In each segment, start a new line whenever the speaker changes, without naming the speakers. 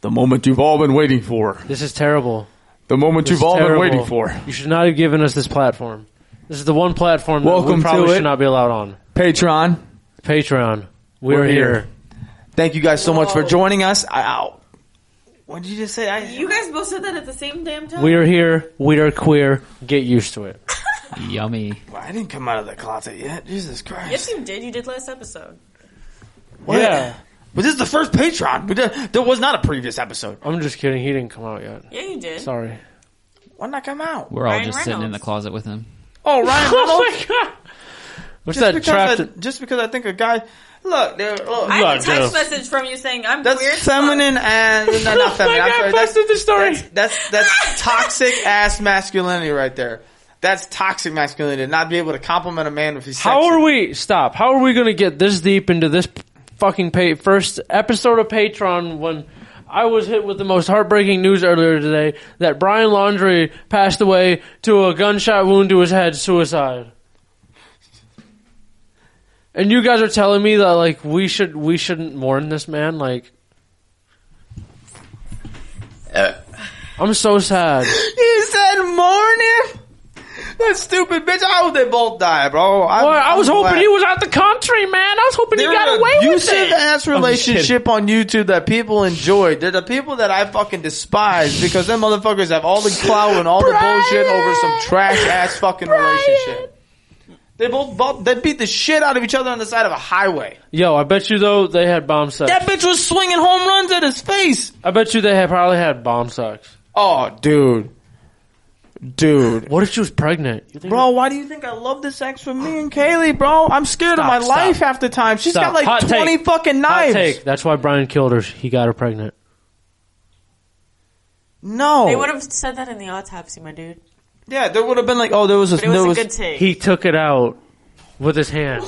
The moment you've all been waiting for.
This is terrible.
The moment
This
you've
is
all
terrible.
been waiting for.
You should not have given us this platform. This is the one platform that
Welcome
we
to
probably
it.
should not be allowed on.
Patreon.
Patreon. We're,
We're
here.
here. Thank you guys so much for
Whoa.
joining us. Ow. What did you just say? I,
You guys both said that at the same damn time.
We are here. We are queer. Get used to it.
Yummy.
I didn't come out of the closet yet. Jesus
Yes,
Christ.
you did. You did last episode.
What?
Yeah.
But this is the first Patreon. We did, there was not a previous episode.
I'm just kidding. He didn't come out yet.
Yeah, you did.
Sorry.
Why not come out?
We're all
Ryan
just sitting in the
Reynolds.
closet with him.
Oh, Ryan Reynolds.
my god. What's
just,
that
because
trapped?
I, just because I think a guy. Look, there- look.
I
Look,
had a text
dude.
message from you saying I'm
That's
weird.
feminine and no, not feminine.
Oh my
I'm
god,
sorry. That's,
posted the story.
that's that's that's toxic ass masculinity right there. That's toxic masculinity. To not be able to compliment a man if he's
How
sexy.
are we? Stop. How are we going to get this deep into this fucking pay, first episode of Patreon when I was hit with the most heartbreaking news earlier today that Brian Laundry passed away to a gunshot wound to his head, suicide. And you guys are telling me that like we should we shouldn't mourn this man like. I'm so sad.
You said morning. That stupid bitch. I hope they both die, bro. I,
Boy, I was hoping he was out the country, man. I was hoping
They're
he got
an
away with
abusive
it.
ass relationship on YouTube that people enjoy. They're the people that I fucking despise because them motherfuckers have all the clout and all the bullshit over some trash ass fucking relationship. They both, both they beat the shit out of each other on the side of a highway.
Yo, I bet you though they had bomb sex.
That bitch was swinging home runs at his face.
I bet you they had probably had bomb sex.
Oh, dude, dude,
What if she was pregnant? You think-
bro, why do you think I love this ex for me and Kaylee, bro? I'm scared of
Stop,
my
stop.
life half the time. She's
Stop.
got like
Hot take.
twenty fucking
Hot
knives.
take. That's why Brian killed her. He got her pregnant.
No,
They would have said that in the autopsy, my dude.
Yeah, there would have been like, oh, there was a
But it was
there
a
was-
good take.
He took it out with his hand.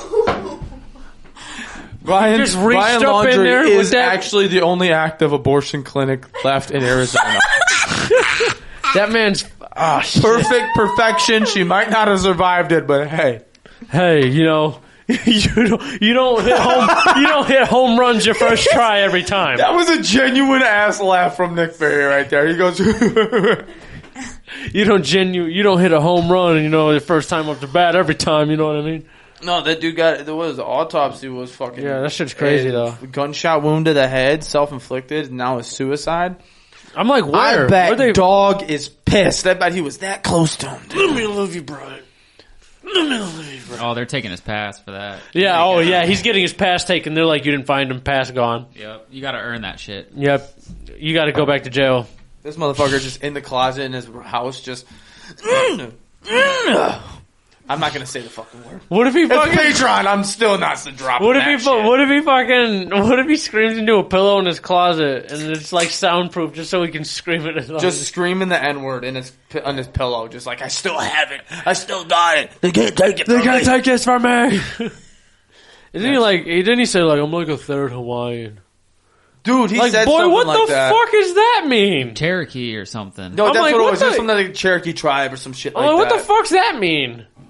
Ryan,
Just reached up in there with that-
the only active abortion clinic left in Arizona.
That man's. Ah, shit.
Perfect perfection. She might not have survived it, but hey,
hey, you know. You don't, you don't hit home you don't hit home runs your first try every time.
that was a genuine ass laugh from Nick Fury right there. He goes,
You don't genu you don't hit a home run you know the first time up to bat every time. You know what I mean?
no, that dude got there was the autopsy was fucking
Yeah, that shit's crazy though.
Gunshot wound to the head, self inflicted. Now it's suicide.
I'm like, where?
I bet
Where'd they,
dog is pissed. I bet he was that close to him. Dude.
Let me love you, Brian. Let me love you, Brian.
Oh, they're taking his pass for that.
Yeah,
Like,
oh
uh,
yeah, he's getting his pass taken. They're like, you didn't find him, pass gone.
Yep. You gotta earn that shit.
Yep, you got to go back to jail.
This motherfucker just in the closet in his house, just.
Mm-hmm.
I'm not gonna say the fucking word.
What if he
It's
fucking?
Patreon. I'm still not dropping.
What if
that
he? Fu-
shit.
what if he fucking? What if he screams into a pillow in his closet and it's like soundproof just so he can scream it? At
Just screaming the n word in his pi- on his pillow, just like I still have it. I still got it. They can't take it. They can't
take this from me. Didn't he like? He didn't he say like I'm like a third Hawaiian?
Dude, he
Like
said
boy,
something
what
like
the
that.
fuck does that mean?
Cherokee or something.
No,
I'm
that's
like,
what it
what
was. It was
the-
from the Cherokee tribe or some shit
I'm
like
like, what
that.
the fuck's that mean?